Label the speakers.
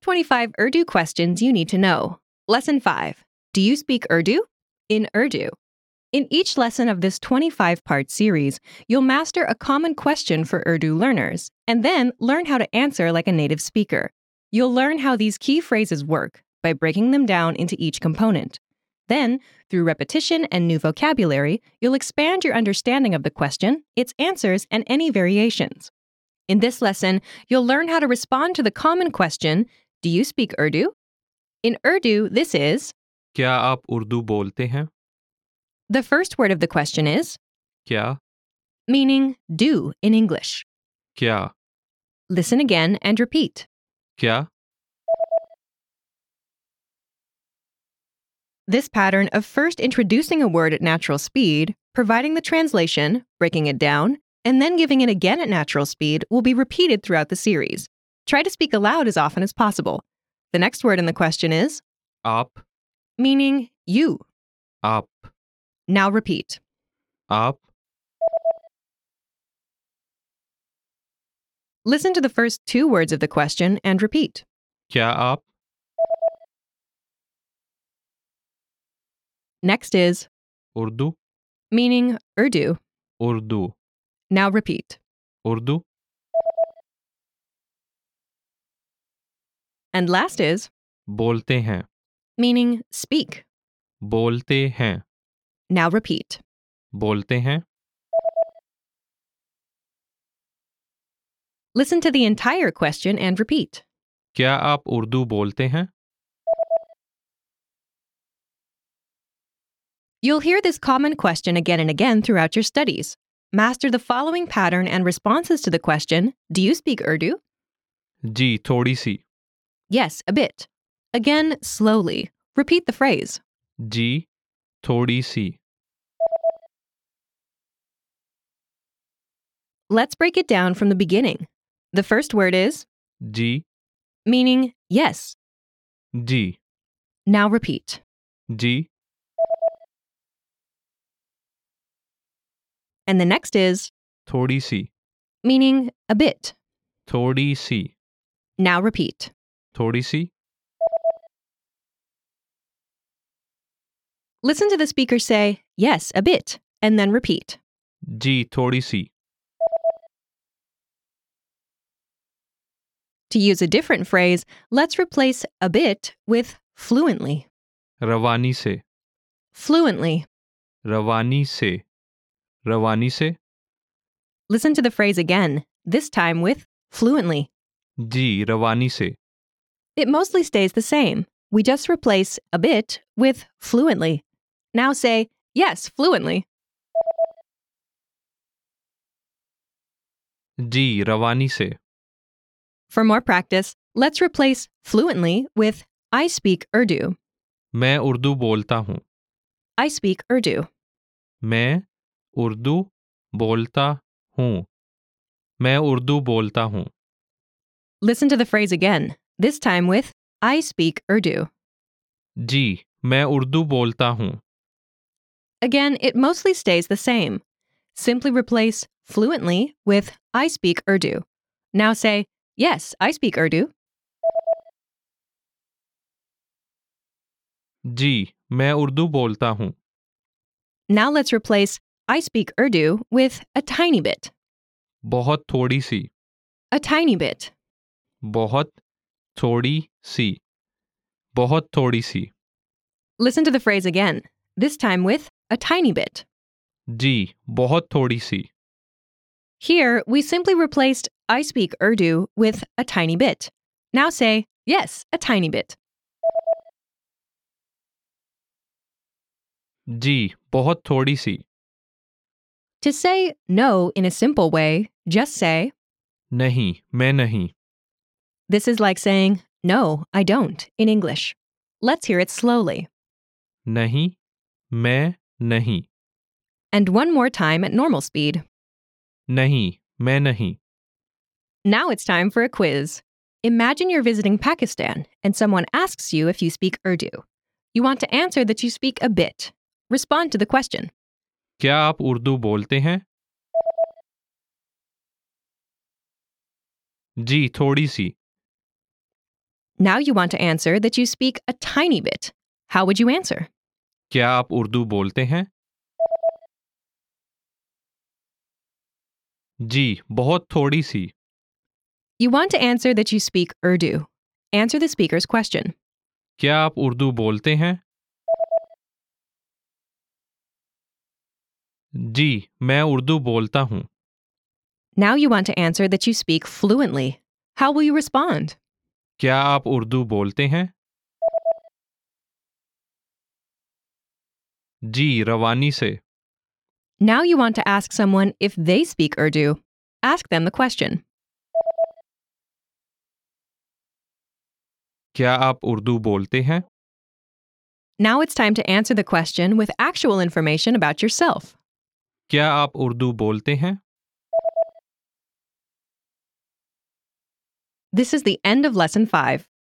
Speaker 1: 25 Urdu questions you need to know. Lesson 5 Do you speak Urdu? In Urdu. In each lesson of this 25 part series, you'll master a common question for Urdu learners and then learn how to answer like a native speaker. You'll learn how these key phrases work by breaking them down into each component. Then, through repetition and new vocabulary, you'll expand your understanding of the question, its answers, and any variations. In this lesson, you'll learn how to respond to the common question Do you speak Urdu? In Urdu, this is
Speaker 2: क्या आप उर्दू बोलते हैं
Speaker 1: the first word of the question is,
Speaker 2: क्या
Speaker 1: meaning do in English.
Speaker 2: क्या
Speaker 1: Listen again and repeat.
Speaker 2: क्या
Speaker 1: This pattern of first introducing a word at natural speed, providing the translation, breaking it down, and then giving it again at natural speed will be repeated throughout the series. Try to speak aloud as often as possible. The next word in the question is,
Speaker 2: आप
Speaker 1: meaning you.
Speaker 2: आप
Speaker 1: Now repeat.
Speaker 2: आप
Speaker 1: Listen to the first two words of the question and repeat.
Speaker 2: क्या आप
Speaker 1: Next is,
Speaker 2: Urdu
Speaker 1: meaning Urdu.
Speaker 2: Urdu
Speaker 1: Now repeat.
Speaker 2: Urdu
Speaker 1: And last is,
Speaker 2: बोलते हैं
Speaker 1: meaning speak.
Speaker 2: बोलते हैं
Speaker 1: Now repeat.
Speaker 2: बोलते हैं
Speaker 1: Listen to the entire question and repeat.
Speaker 2: क्या आप उर्दू बोलते हैं
Speaker 1: You'll hear this common question again and again throughout your studies. Master the following pattern and responses to the question Do you speak Urdu?
Speaker 2: जी थोड़ी सी
Speaker 1: Yes, a bit. Again, slowly. Repeat the phrase.
Speaker 2: जी थोड़ी सी
Speaker 1: Let's break it down from the beginning. The first word is,
Speaker 2: जी
Speaker 1: meaning yes.
Speaker 2: जी
Speaker 1: Now repeat.
Speaker 2: जी
Speaker 1: And the next is,
Speaker 2: थोड़ी सी
Speaker 1: meaning a bit.
Speaker 2: थोड़ी सी
Speaker 1: Now repeat.
Speaker 2: थोड़ी सी
Speaker 1: Listen to the speaker say, yes, a bit, and then repeat.
Speaker 2: जी थोड़ी सी
Speaker 1: To use a different phrase, let's replace a bit with fluently.
Speaker 2: रवानी से
Speaker 1: Fluently.
Speaker 2: रवानी से रवानी से
Speaker 1: Listen to the phrase again, this time with fluently.
Speaker 2: जी रवानी से
Speaker 1: It mostly stays the same. We just replace a bit with fluently. Now say, yes, fluently.
Speaker 2: जी रवानी से
Speaker 1: For more practice, let's replace fluently with I speak Urdu.
Speaker 2: मैं उर्दू बोलता हूँ
Speaker 1: I speak Urdu.
Speaker 2: मैं उर्दू बोलता हूँ मैं उर्दू बोलता हूँ
Speaker 1: Listen to the phrase again, this time with I speak Urdu.
Speaker 2: जी मैं उर्दू बोलता हूँ
Speaker 1: Again, it mostly stays the same. Simply replace fluently with I speak Urdu. Now say, Yes, I speak Urdu.
Speaker 2: जी मैं उर्दू बोलता हूँ
Speaker 1: Now let's replace I speak Urdu with a tiny bit.
Speaker 2: बहुत थोड़ी सी
Speaker 1: A tiny bit.
Speaker 2: बहुत थोड़ी सी बहुत थोड़ी सी
Speaker 1: Listen to the phrase again, this time with a tiny bit.
Speaker 2: जी बहुत थोड़ी सी
Speaker 1: Here, we simply replaced I speak Urdu with a tiny bit. Now say, Yes, a tiny bit.
Speaker 2: जी बहुत थोड़ी सी
Speaker 1: To say no in a simple way, just say,
Speaker 2: नहीं मैं नहीं
Speaker 1: This is like saying, No, I don't, in English. Let's hear it slowly.
Speaker 2: नहीं मैं नहीं
Speaker 1: And one more time at normal speed.
Speaker 2: नहीं मैं नहीं
Speaker 1: Now it's time for a quiz. Imagine you're visiting Pakistan and someone asks you if you speak Urdu. You want to answer that you speak a bit. Respond to the question.
Speaker 2: क्या आप उर्दू बोलते हैं जी थोड़ी सी
Speaker 1: Now you want to answer that you speak a tiny bit. How would you answer?
Speaker 2: क्या आप उर्दू बोलते हैं जी बहुत थोड़ी सी
Speaker 1: You want to answer that you speak Urdu. Answer the speaker's question.
Speaker 2: क्या आप उर्दू बोलते हैं जी मैं उर्दू बोलता हूँ
Speaker 1: Now you want to answer that you speak fluently. How will you respond?
Speaker 2: क्या आप उर्दू बोलते हैं जी रवानी से
Speaker 1: Now you want to ask someone if they speak Urdu. Ask them the question.
Speaker 2: क्या आप उर्दू बोलते हैं
Speaker 1: Now it's time to answer the question with actual information about yourself.
Speaker 2: क्या आप उर्दू बोलते हैं
Speaker 1: This is the end of lesson 5.